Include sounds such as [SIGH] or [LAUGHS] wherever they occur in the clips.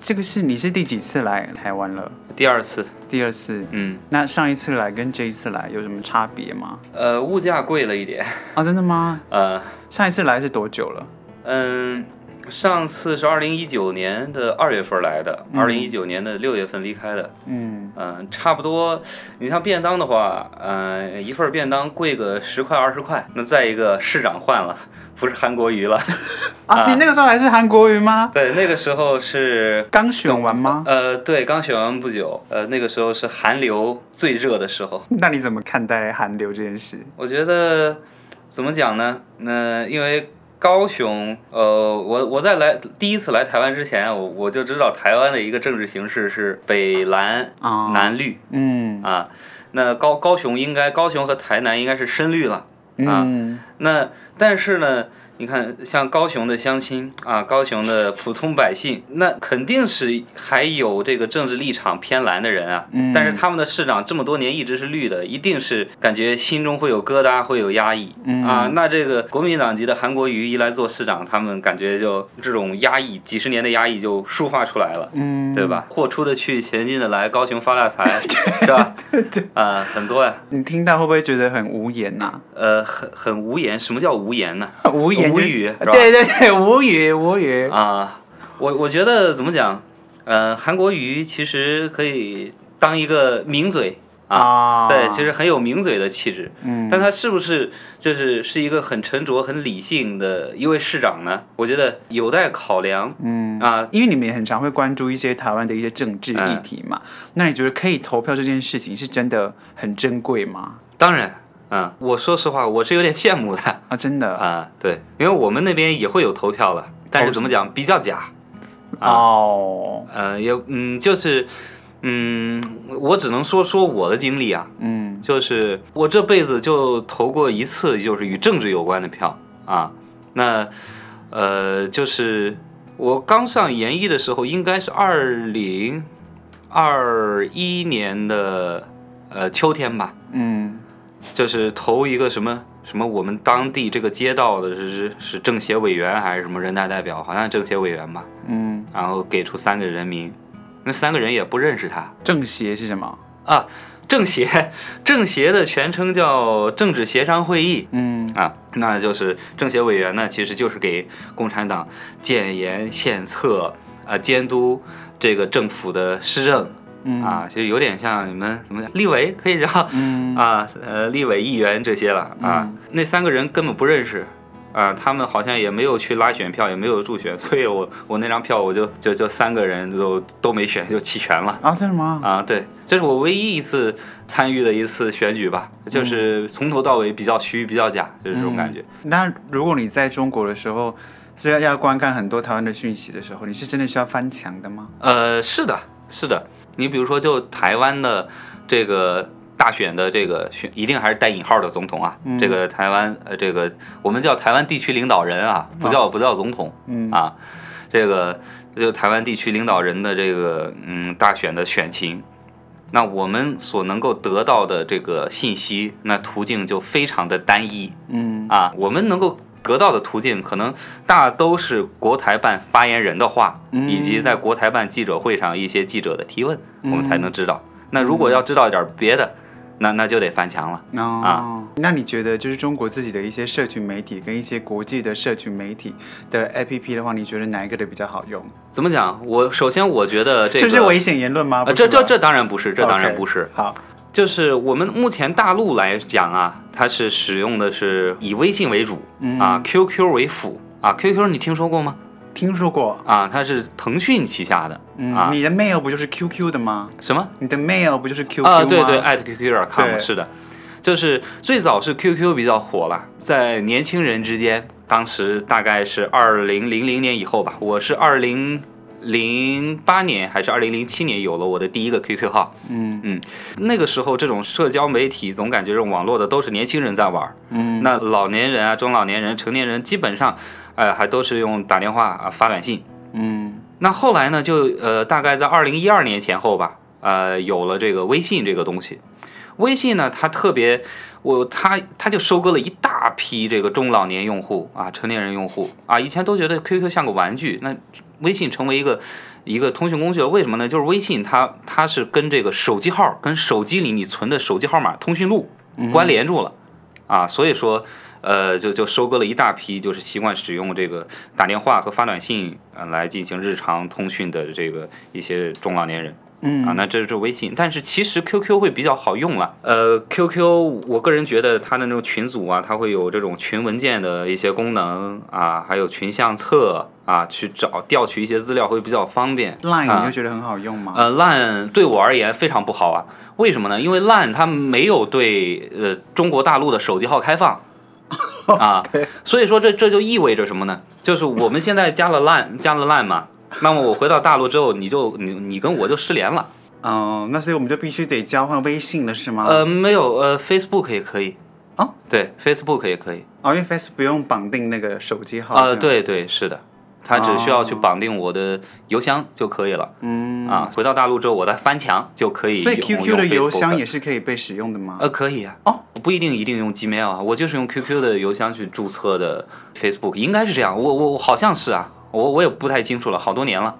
这个是你是第几次来台湾了？第二次，第二次。嗯，那上一次来跟这一次来有什么差别吗？呃，物价贵了一点，啊，真的吗？呃，上一次来是多久了？ [LAUGHS] 嗯，上次是二零一九年的二月份来的，二零一九年的六月份离开的，嗯，嗯、差不多。你像便当的话，呃，一份便当贵个十块二十块，那再一个市长换了， [LAUGHS] 不是韩国瑜了， [LAUGHS] 啊，啊你那个时候来是韩国瑜吗？对，那个时候是。刚选完吗？呃，对，刚选完不久，呃，那个时候是韩流最热的时候，那你怎么看待韩流这件事？我觉得怎么讲呢？那、因为高雄，呃，我我在来第一次来台湾之前，啊我我就知道台湾的一个政治形势是北蓝啊南绿嗯啊。那高高雄应该高雄和台南应该是深绿了。啊嗯那但是呢，你看像高雄的乡亲啊，高雄的普通百姓，那肯定是还有这个政治立场偏蓝的人啊。嗯但是他们的市长这么多年一直是绿的，一定是感觉心中会有疙瘩，会有压抑、嗯啊。那这个国民党籍的韩国瑜一来做市长，他们感觉就这种压抑，几十年的压抑就抒发出来了。嗯，对？吧？货出的去，前进的来，高雄发大财，是吧？ [LAUGHS] 对对，啊、很多呀、你听到会不会觉得很无言 [LAUGHS] 呐、呃，很很无言。什么叫无言呢？无言、无语是吧对对对，无语无语。啊，我我觉得怎么讲，呃，韩国瑜其实可以当一个名嘴啊，啊对，其实很有名嘴的气质。嗯，但他是不是就是是一个很沉着、很理性的一位市长呢？我觉得有待考量嗯啊。因为你们也很常会关注一些台湾的一些政治议题嘛，那你觉得可以投票这件事情是真的很珍贵吗？当然，啊，我说实话，我是有点羡慕的 [LAUGHS] 啊，真的、啊。对，因为我们那边也会有投票了，但投是怎么讲，比较假。啊哦，呃，也嗯，就是嗯，我只能说说我的经历啊。嗯就是我这辈子就投过一次，就是与政治有关的票啊。那呃，就是我刚上研一的时候，应该是二零二一年的呃秋天吧，嗯就是投一个什么什么我们当地这个街道的是是是政协委员还是什么人大代表，好像是政协委员吧，嗯，然后给出三个人名，那三个人也不认识他，政协是什么？啊，政协，政协的全称叫政治协商会议嗯啊，那就是政协委员呢，其实就是给共产党建言献策啊，监督这个政府的施政嗯啊，其实有点像你们怎么讲立委可以叫嗯 [LAUGHS] 啊，呃，立委、议员这些了啊，那三个人根本不认识。啊，他们好像也没有去拉选票，也没有助选，所以我我那张票我就就就三个人都都没选，就弃权了。啊，真的吗？啊，对，这是我唯一一次参与的一次选举吧，就是从头到尾比较虚、比较假，就是这种感觉。那如果你在中国的时候是要要观看很多台湾的讯息的时候，你是真的需要翻墙的吗？呃，是的，是的。你比如说，就台湾的这个大选的这个选，一定还是带引号的总统啊，这个台湾呃，这个我们叫台湾地区领导人啊，不叫不叫总统，嗯啊，这个就台湾地区领导人的这个嗯大选的选情，那我们所能够得到的这个信息，那途径就非常的单一嗯啊，我们能够。得到的途径可能大都是国台办发言人的话，嗯以及在国台办记者会上一些记者的提问，我们才能知道。那如果要知道点别的，那那就得翻墙了。哦啊那你觉得就是中国自己的一些社群媒体跟一些国际的社群媒体的 APP 的话，你觉得哪一个的比较好用？怎么讲？我首先我觉得这个这是危险言论吗？啊，不这是这吧这当然不是，这当然 OK 不是。好，就是我们目前大陆来讲啊，它是使用的是以微信为主嗯啊，QQ 为辅啊。QQ 你听说过吗？听说过。啊，它是腾讯旗下的嗯，啊你的 mail 不就是 QQ 的吗？什么你的 mail 不就是 QQ 吗？啊？对对哎， ，at qq.com 对是的，就是最早是 QQ 比较火了，在年轻人之间，当时大概是二零零零年以后吧，我是二零零八年还是二零零七年有了我的第一个 QQ 号，嗯那个时候，这种社交媒体总感觉这种网络的都是年轻人在玩儿，嗯，那老年人啊、中老年人、成年人基本上，呃，还都是用打电话啊、发短信。嗯那后来呢，就呃，大概在二零一二年前后吧，呃，有了这个微信这个东西。微信呢，它特别，我它它就收割了一大批这个中老年用户啊、成年人用户啊，以前都觉得 QQ 像个玩具，那微信成为一个一个通讯工具了。为什么呢？就是微信它它是跟这个手机号跟手机里你存的手机号码通讯录嗯关联住了、啊，所以说呃就就收割了一大批就是习惯使用这个打电话和发短信呃来进行日常通讯的这个一些中老年人。嗯啊，那这是微信，但是其实 QQ 会比较好用了。呃，QQ 我个人觉得它的那种群组啊，它会有这种群文件的一些功能啊，还有群相册啊，去找调取一些资料会比较方便。 Line 你啊就觉得很好用吗？呃，LINE 对我而言非常不好啊，为什么呢？因为 LINE 它没有对呃中国大陆的手机号 [LAUGHS] 开放啊，所以说这这就意味着什么呢？就是我们现在加了 LINE 加了 LINE 嘛，那么我回到大陆之后，你就你你跟我就失联了。嗯，那所以我们就必须得交换微信了，是吗？呃，没有，呃，Facebook 也可以。啊，对，Facebook 也可以。哦，因为 Facebook 不用绑定那个手机号。啊、是吗，对对，是的，它只需要去绑定我的邮箱就可以了。哦嗯，啊，回到大陆之后，我再翻墙就可以。所以 QQ 的邮箱也也是可以被使用的吗？呃可以啊。哦，不一定一定用 Gmail 啊，我就是用 QQ 的邮箱去注册的 Facebook，应该是这样。我我我好像是啊，我我也不太清楚了，好多年了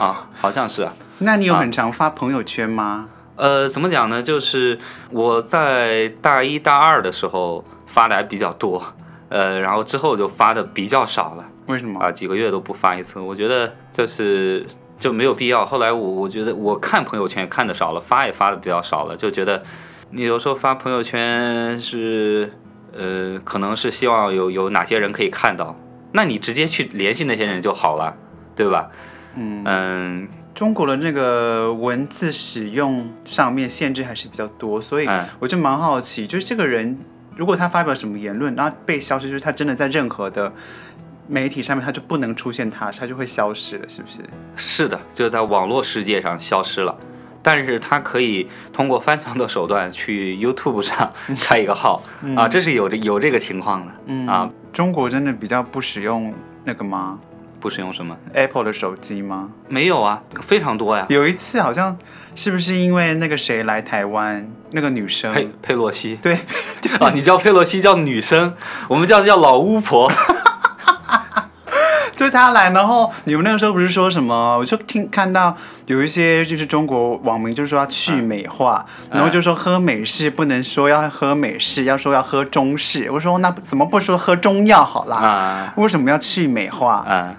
啊，好像是啊。那你有很常发朋友圈吗？呃，怎么讲呢？就是我在大一大二的时候发的还比较多，呃，然后之后就发的比较少了为什么？啊，几个月都不发一次。我觉得就是就没有必要。后来我我觉得我看朋友圈看的少了，发也发的比较少了，就觉得你有时候发朋友圈是呃，可能是希望有有哪些人可以看到，那你直接去联系那些人就好了，对吧？嗯，嗯中国的那个文字使用上面限制还是比较多，所以嗯。我就蛮好奇，就是这个人如果他发表什么言论，然后被消失，就是他真的在任何的媒体上面他就不能出现他，他就会消失了，是不是？是的，就在网络世界上消失了。但是它可以通过翻墙的手段去 YouTube 上 [LAUGHS] 开一个号、啊，这是有这有这个情况的、嗯啊。中国真的比较不使用那个吗不使用什么？ ？Apple 的手机吗？没有啊，非常多呀。有一次好像是不是因为那个谁来台湾，那个女生， [LAUGHS] 佩佩洛西 [LAUGHS] 对， [LAUGHS] 啊，你叫佩洛西叫女生， [LAUGHS] 我们叫叫老巫婆。就是她来，然后你们那个时候不是说什么？我就听看到有一些就是中国网民就说要去美化，嗯然后就说喝美式不能说要喝美式，要说要喝中式。我说那怎么不说喝中药好啦？ [LAUGHS] 啊为什么要去美化？啊，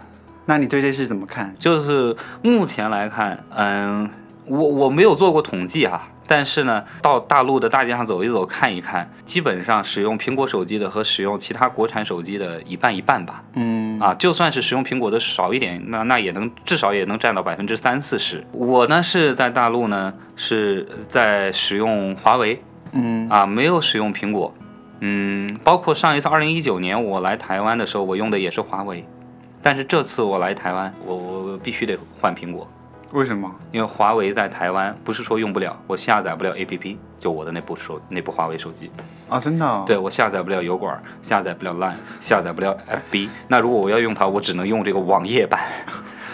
那你对这事怎么看？就是目前来看，嗯，我我没有做过统计啊，但是呢，到大陆的大街上走一走看一看，基本上使用苹果手机的和使用其他国产手机的一半一半吧。嗯啊，就算是使用苹果的少一点，那那也能至少也能占到百分之三四十。我呢是在大陆呢是在使用华为嗯啊，没有使用苹果。嗯，包括上一次二零一九年我来台湾的时候，我用的也是华为，但是这次我来台湾，我我我必须得换苹果，为什么？因为华为在台湾不是说用不了，我下载不了 APP，就我的那部手那部华为手机。哦，真的、哦？对，我下载不了油管，下载不了 Line，下载不了 FB。那如果我要用它，我只能用这个网 [LAUGHS] 页版，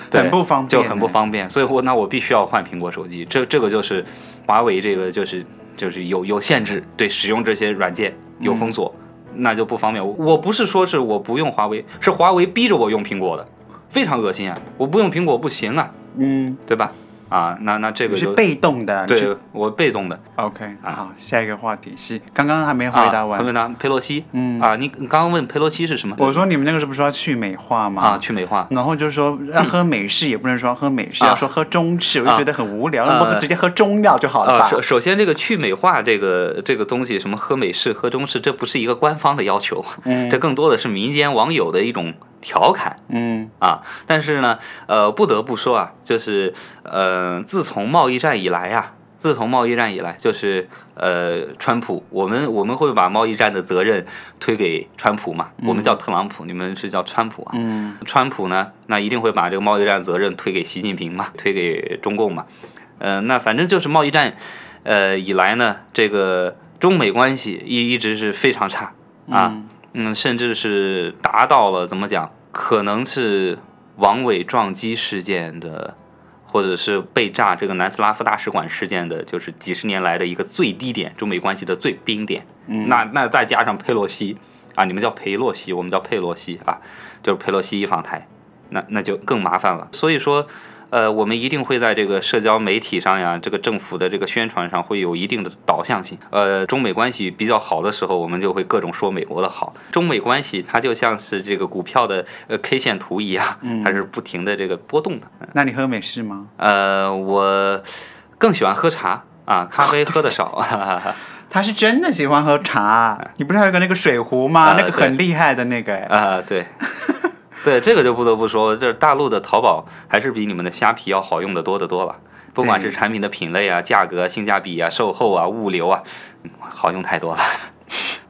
对很不方便哎就很不方便。所以我那我必须要换苹果手机。这这个就是华为这个就是就是有有限制，对使用这些软件嗯有封锁，那就不方便。我我不是说是我不用华为，是华为逼着我用苹果的，非常恶心啊！我不用苹果不行啊，嗯，对吧？啊，那那这你个是就被动的。你是对我被动的 OK，、啊好，下一个话题是刚刚还没回啊，答完。回答佩洛西。嗯啊，你你刚刚问佩洛西是什么？我说你们那个时候不是说要去美化吗？啊，去美化。然后就 [LAUGHS] 说要喝美式，也不能说喝美式，啊要说喝中式，我就觉得很无聊，啊那么直接喝中药就好了呃，吧？首首先，这个去美化这个这个东西，什么喝美式、喝中式，这不是一个官方的要求，嗯这更多的是民间网友的一种调侃嗯啊。但是呢，呃，不得不说啊，就是呃，自从贸易战以来呀、自从贸易战以来，就是呃，川普，我们我们会把贸易战的责任推给川普嘛？我们叫特朗普，你们是叫川普啊？嗯川普呢，那一定会把这个贸易战责任推给习近平嘛，推给中共嘛。呃，那反正就是贸易战，呃以来呢，这个中美关系一一直是非常差啊，嗯嗯，甚至是达到了怎么讲，可能是王伟撞击事件的，或者是被炸这个南斯拉夫大使馆事件的，就是几十年来的一个最低点，中美关系的最冰点。嗯那那再加上佩洛西啊，你们叫裴洛西，我们叫佩洛西啊，就是佩洛西一访台，那那就更麻烦了。所以说，呃，我们一定会在这个社交媒体上呀，这个政府的这个宣传上会有一定的导向性。呃，中美关系比较好的时候，我们就会各种说美国的好。中美关系它就像是这个股票的呃 K 线图一样，它是不停的这个波动的。那你喝美式吗？呃，我更喜欢喝茶啊，咖啡喝的少。 [LAUGHS] 他是真的喜欢喝茶，你不是还有个那个水壶吗？啊那个很厉害的那个，哎啊、 [LAUGHS] 对，对，这个就不得不说，这大陆的淘宝还是比你们的虾皮要好用的多得多了。不管是对产品的品类啊、价格、性价比啊、售后啊、物流啊，嗯好用太多了。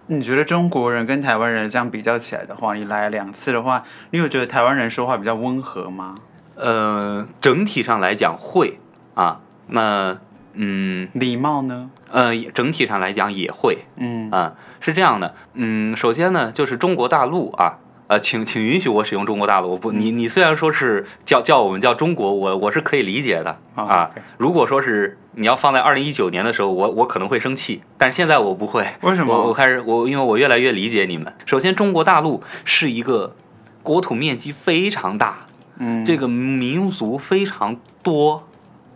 你觉得中国人跟台湾人这样比较起来的话，你来两次的话，你有觉得台湾人说话比较温和吗？呃，整体上来讲会啊，那嗯礼貌呢？呃，也整体上来讲也会嗯，啊，是这样的，嗯，首先呢，就是中国大陆啊。呃，请请允许我使用中国大陆，我嗯不，你你虽然说是叫叫我们叫中国，我我是可以理解的好啊 OK。如果说是你要放在二零一九年的时候，我我可能会生气，但是现在我不会。为什我我么？开始我因为我越来越理解你们。首先，中国大陆是一个国土面积非常大，嗯，这个民族非常多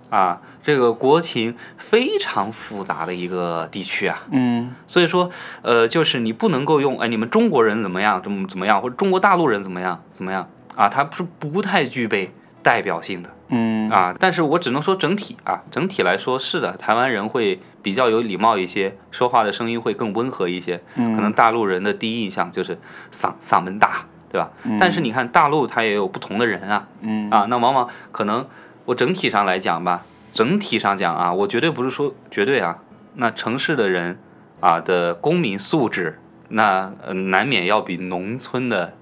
啊，这个国情非常复杂的一个地区啊。嗯所以说，呃，就是你不能够用，哎，你们中国人怎么样，怎么怎么样，或者中国大陆人怎么样，怎么样啊？它不是不太具备代表性的嗯啊。但是我只能说整体啊，整体来说是的，台湾人会比较有礼貌一些，说话的声音会更温和一些。嗯，可能大陆人的第一印象就是嗓嗓门大，对吧？但是你看大陆它也有不同的人啊，嗯啊，那往往可能我整体上来讲吧，整体上讲啊，我绝对不是说绝对啊，那城市的人啊的公民素质，那、呃、难免要比农村的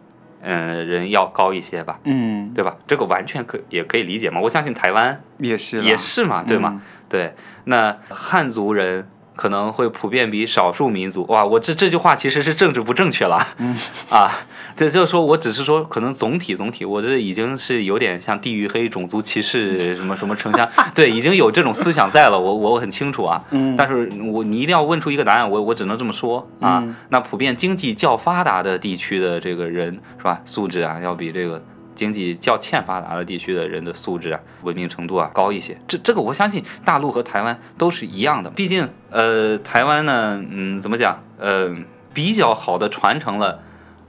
嗯、呃人要高一些吧，嗯对吧？这个完全可也可以理解嘛，我相信台湾也是啦嗯也是嘛，对吗？？对，那汉族人可能会普遍比少数民族哇，我这这句话其实是政治不正确了，嗯、 [LAUGHS] 啊，这就是说我只是说可能总体总体，我这已经是有点像地域黑、种族歧视什么什么城乡，对，已经有这种思想在了，我我很清楚啊，嗯但是我你一定要问出一个答案，我我只能这么说啊。嗯那普遍经济较发达的地区的这个人是吧，素质啊要比这个经济较欠发达的地区的人的素质啊、文明程度啊高一些。这这个我相信大陆和台湾都是一样的，毕竟呃台湾呢，嗯怎么讲，呃比较好的传承了。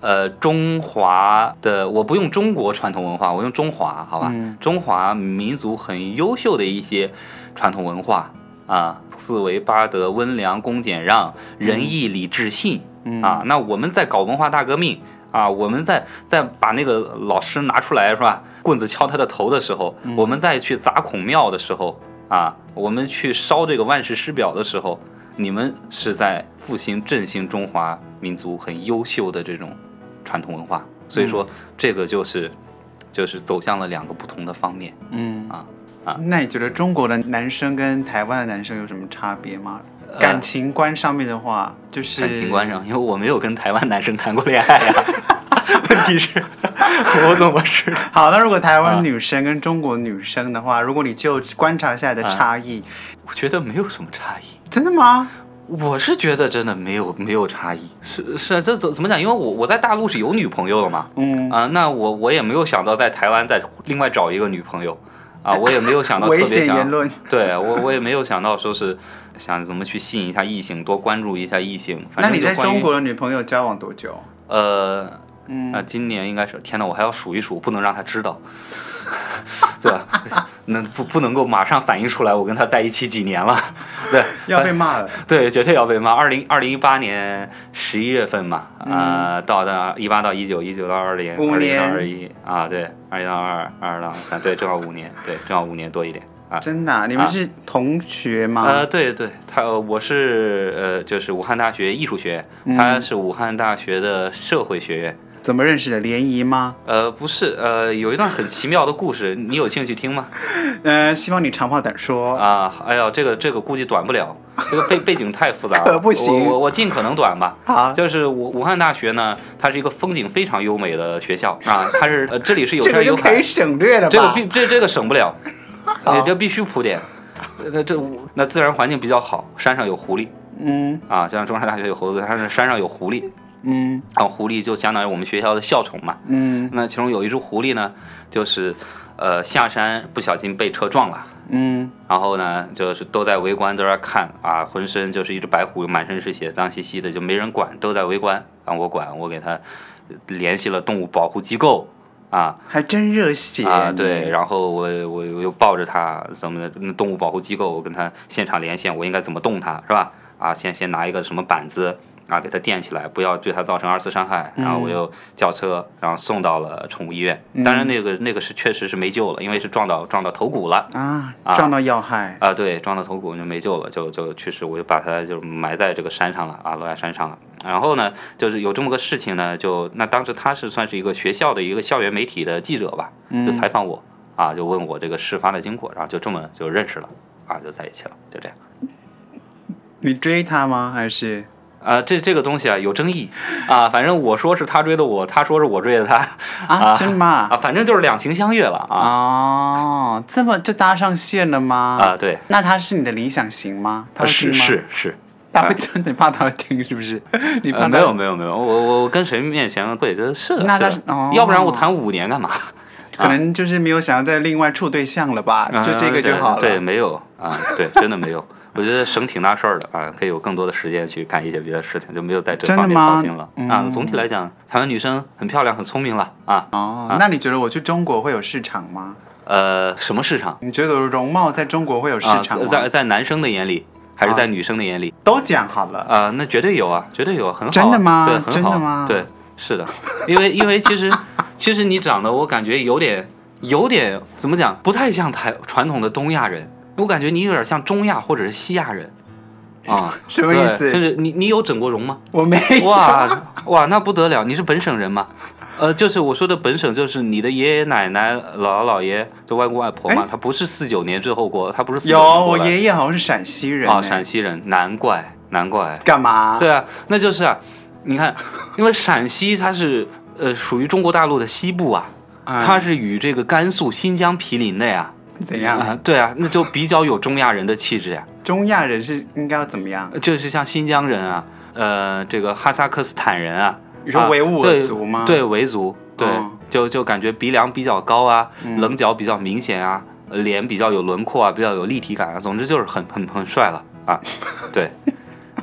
呃，中华的我不用中国传统文化，我用中华，好吧？嗯中华民族很优秀的一些传统文化啊，四维八德、温良恭俭让、仁义礼智信、嗯啊。那我们在搞文化大革命啊，我们在在把那个老师拿出来是吧？棍子敲他的头的时候，我们再去砸孔庙的时候啊，我们去烧这个万世师表的时候，你们是在复兴振兴中华民族很优秀的这种传统文化。所以说，这个就是就是走向了两个不同的方面。嗯啊啊啊。那你觉得中国的男生跟台湾的男生有什么差别吗？感情观上面的话，就是呃感情观上，因为我没有跟台湾男生谈过恋爱呀、 [LAUGHS] 问题是， [LAUGHS] 我怎么知道？ [LAUGHS] 好，那如果台嗯湾女生跟中国女生的话，如果你就观察下来嗯的差异，我觉得没有什么差异。真的吗？我是觉得真的没有没有差异，是是啊，这怎怎么讲？因为我我在大陆是有女朋友了嘛，嗯，啊，那我我也没有想到在台湾再另外找一个女朋友， [LAUGHS] 啊，我也没有想到危特别啊险言想，论。对我我也没有想到说是想怎么去吸引一下异性，多关注一下异性。反那正你就在关于中国的女朋友交往多久？呃，嗯啊，今年应该是天哪，我还要数一数，不能让他知道， [LAUGHS] 对吧？ [LAUGHS] 那不不能够马上反映出来，我跟他在一起几年了， [LAUGHS] 对要被骂 [LAUGHS] 了。对，绝对要被骂。二零二零一八年十一月份嘛，啊、到到一八到一九，一九到二零，嗯五二零年到二一啊，对，二一到二，二二到三，对，正好五年，对，正好五年多一点啊。真的啊、你们是同学吗？呃，对对，他呃我是呃，就是武汉大学艺术学院，嗯他是武汉大学的社会学院，怎么认识的？联谊吗？呃，不是，呃，有一段很奇妙的故事，你有兴趣听吗？呃，希望你长话短说。啊，哎呀，这个这个估计短不了，这个背背景太复杂了，可不行我我我尽可能短吧。好，就是武武汉大学呢，它是一个风景非常优美的学校啊，它是呃这里是有这山个就有可海以，省略了吧？这个必这这个省不了， [LAUGHS] 好也这必须铺垫。那呃这那自然环境比较好，山上有狐狸嗯啊，像中山大学有猴子，但是山上有狐狸，嗯啊，狐狸就相当于我们学校的校宠嘛。嗯那其中有一只狐狸呢，就是呃下山不小心被车撞了，嗯然后呢就是都在围观，都在看啊，浑身就是一只白虎，满身是血，脏兮兮的，就没人管，都在围观，让我管，我给他联系了动物保护机构啊，还真热血啊，你对，然后我我我又抱着它什么的，那动物保护机构，我跟它现场连线，我应该怎么动它，是吧？啊，先先拿一个什么板子啊，给它垫起来，不要对它造成二次伤害。然后我又叫车，然后送到了宠物医院。当然，那个那个是确实是没救了，因为是撞到撞到头骨了。啊啊，撞到要害，啊，对，撞到头骨就没救了，就就去世，我就把它就埋在这个山上了啊，落在山上了。然后呢，就是有这么个事情呢，就那当时他是算是一个学校的一个校园媒体的记者吧，嗯就采访我、啊，就问我这个事发的经过，然后就这么就认识了啊，就在一起了，就这样。你追他吗？还是啊，这这个东西啊有争议啊，反正我说是他追的我，他说是我追的他啊？真的吗啊，？反正就是两情相悦了 [LAUGHS] 啊哦，这么就搭上线了吗？啊，对，那他是你的理想型吗？他会是听吗，是是，他会听，你怕他会听是不是？ [LAUGHS] 你怕呃他没有没有没有，我我我跟谁面前跪着是的，那是的但是哦要不然我谈五年干嘛？可能就是没有想要再另外处对象了吧？ [LAUGHS] 就这个就好了。啊对，没有啊，对，真的没有。我觉得省挺大事儿的啊，可以有更多的时间去干一些别的事情，就没有在这真的方面吗嗯操心了啊。总体来讲，台湾女生很漂亮、很聪明了啊。哦，那你觉得我去中国会有市场吗？呃，什么市场你觉得容貌在中国会有市啊？场吗？在在男生的眼里，还是啊在女生的眼里都讲好了，啊？那绝对有啊，绝对有啊，很好啊。真的吗对，很好。真的吗对，是的，因为因为其实其实你长得我感觉有点有点怎么讲，不太像台传统的东亚人，我感觉你有点像中亚或者是西亚人啊。 [LAUGHS] 什么意对就思？哎是你你有整过容吗？我没哇哇，那不得了！你是本省人吗？呃，就是我说的本省，就是你的爷爷奶奶、姥姥姥爷，就外公外婆嘛。他不是四九年之后过，他不是49哎有，年过我来爷爷好像是陕西人啊，欸陕西人，难怪难怪。干嘛？对啊，那就是啊，你看，因为陕西它是呃属于中国大陆的西部啊，嗯它是与这个甘肃、新疆毗邻的呀。怎啊、样？对啊，那就比较有中亚人的气质呀、中亚人是应该要怎么样？就是像新疆人啊，呃，这个哈萨克斯坦人啊，你说啊维吾尔族吗？对，对维族，对，嗯就就感觉鼻梁比较高啊，棱角比较明显啊，脸比较有轮廓啊，比较有立体感啊，总之就是很很很帅了啊， [LAUGHS] 对，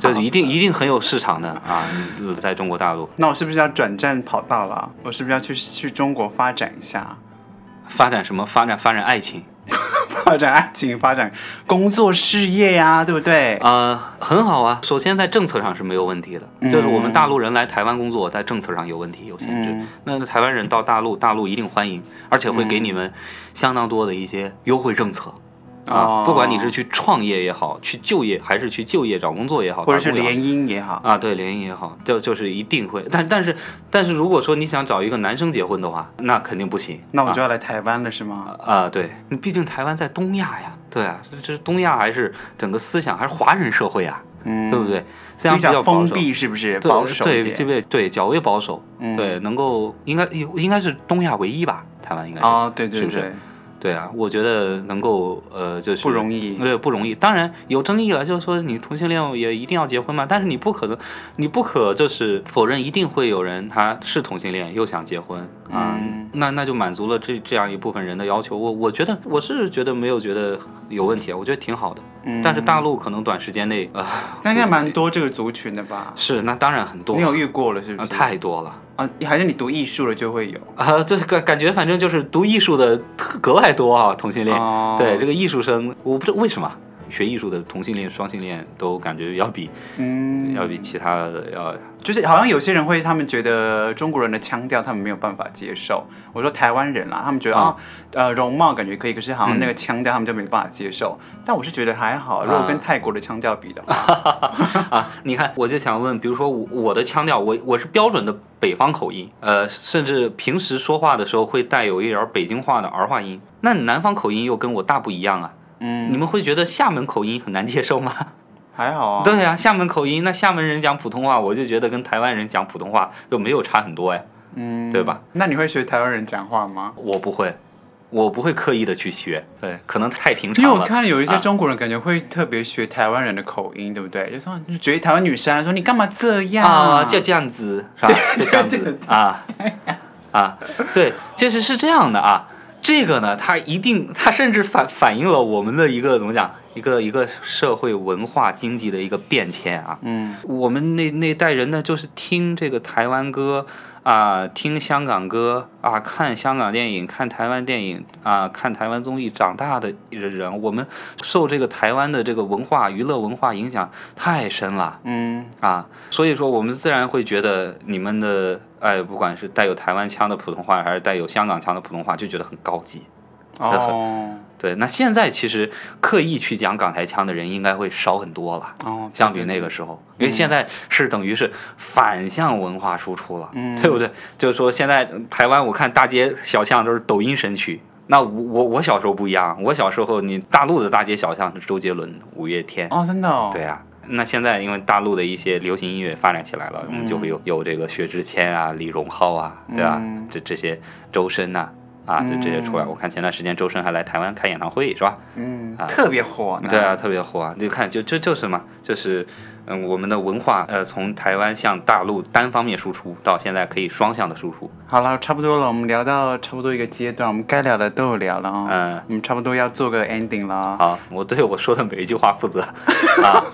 就是一定一定很有市场的啊，你在中国大陆那我是不是要转战跑道了？我是不是要去去中国发展一下？ [LAUGHS] 发展什么发展发展爱情，发展爱情，发展工作事业呀、对不对？呃，很好啊。首先在政策上是没有问题的，嗯就是我们大陆人来台湾工作，在政策上有问题有限嗯制。那台湾人到大陆，大陆一定欢迎，而且会给你们相当多的一些优惠政策。啊哦，不管你是去创业也好，去就业还是去就业找工作也好，或者是打工也好联姻也好，啊，对联谊也好，就就是一定会。但但是但是如果说你想找一个男生结婚的话，那肯定不行。那我就要来台湾了，是吗？啊，对，你毕竟台湾在东亚呀，对啊，这这东亚还是整个思想还是华人社会啊，嗯，对不对？思想比比较较保封守，闭，是不是？对保守一对，这点。边对较为保守，嗯对，能够应该应该是东亚唯一吧，台湾应该是，哦，对对是对，不是对啊，我觉得能够呃就是不容易。对，不容易。当然有争议了，就是说你同性恋也一定要结婚嘛？但是你不可能，你不可就是否认，一定会有人他是同性恋又想结婚啊、嗯那那就满足了这这样一部分人的要求。我我觉得我是觉得没有觉得有问题啊，我觉得挺好的。嗯但是大陆可能短时间内啊， [LAUGHS] 那应该蛮多这个族群的吧？是那当然很多你有遇过了是啊、不是？太多了。啊，还是你读艺术了就会有。啊，对，感感觉反正就是读艺术的特格外多啊，同性恋。哦对这个艺术生，我不知道为什么学艺术的同性恋、双性恋都感觉要比嗯，要比其他的要就是好像有些人会，他们觉得中国人的腔调他们没有办法接受。我说台湾人啦，他们觉得啊、呃，容貌感觉可以，可是好像那个腔调他们就没办法接受。但我是觉得还好，啊如果跟泰国的腔调比的话，啊！你看，我就想问，比如说我我的腔调，我我是标准的北方口音，呃，甚至平时说话的时候会带有一点儿北京话的儿化音。那你南方口音又跟我大不一样啊！嗯，你们会觉得厦门口音很难接受吗？还好 [LAUGHS] 啊。对呀、厦门口音，那厦门人讲普通话，我就觉得跟台湾人讲普通话就没有差很多呀，嗯，对吧？那你会学台湾人讲话吗？我不会，我不会刻意的去学，对，可能太平因为常我了。看有一些啊中国人感觉会特别学台湾人的口音，对不对？就说就觉得台湾女生来说你干嘛这样啊，就这样子是吧？就这样对子啊啊，对，其实是这样的啊，这个呢，它一定，它甚至反反映了我们的一个怎么讲，一个一个社会文化经济的一个变迁啊。嗯，我们那那代人呢，就是听这个台湾歌啊、听香港歌啊，看香港电影，看台湾电影啊，看台湾综艺长大的人，我们受这个台湾的这个文化、娱乐文化影响太深了。嗯，啊，所以说我们自然会觉得你们的哎，不管是带有台湾腔的普通话，还是带有香港腔的普通话，就觉得很高级。哦对，那现在其实刻意去讲港台腔的人应该会少很多了，哦，相比那个时候，因为现在是等于是反向文化输出了，嗯对不对？就是说现在台湾，我看大街小巷都是抖音神曲。那我我我小时候不一样，我小时候你大陆的大街小巷是周杰伦、五月天，哦，真的哦，对啊，那现在因为大陆的一些流行音乐发展起来了，我们就会有有这个薛之谦啊、李荣浩啊，对吧、嗯这这些周深呐、啊，就这些出来。嗯我看前段时间周深还来台湾开演唱会，是吧？嗯啊，特别火呢，对啊，特别火啊！你就看，就这就是嘛，就是嗯，我们的文化呃，从台湾向大陆单方面输出，到现在可以双向的输出。好了，差不多了，我们聊到差不多一个阶段，我们该聊的都有聊了啊、嗯我们差不多要做个 ending 了啊，好，我对我说的每一句话负责啊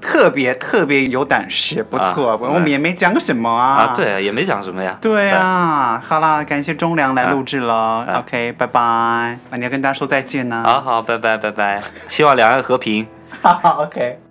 特别特别有胆识，不错，啊我们也没讲什么啊，啊，对，也没讲什么呀。对啊，好啦，感谢忠良来录制了、啊 o k 拜拜，啊，你要跟大家说再见呢、好好，拜拜拜拜，希望两岸和平。 [LAUGHS] 好，OK。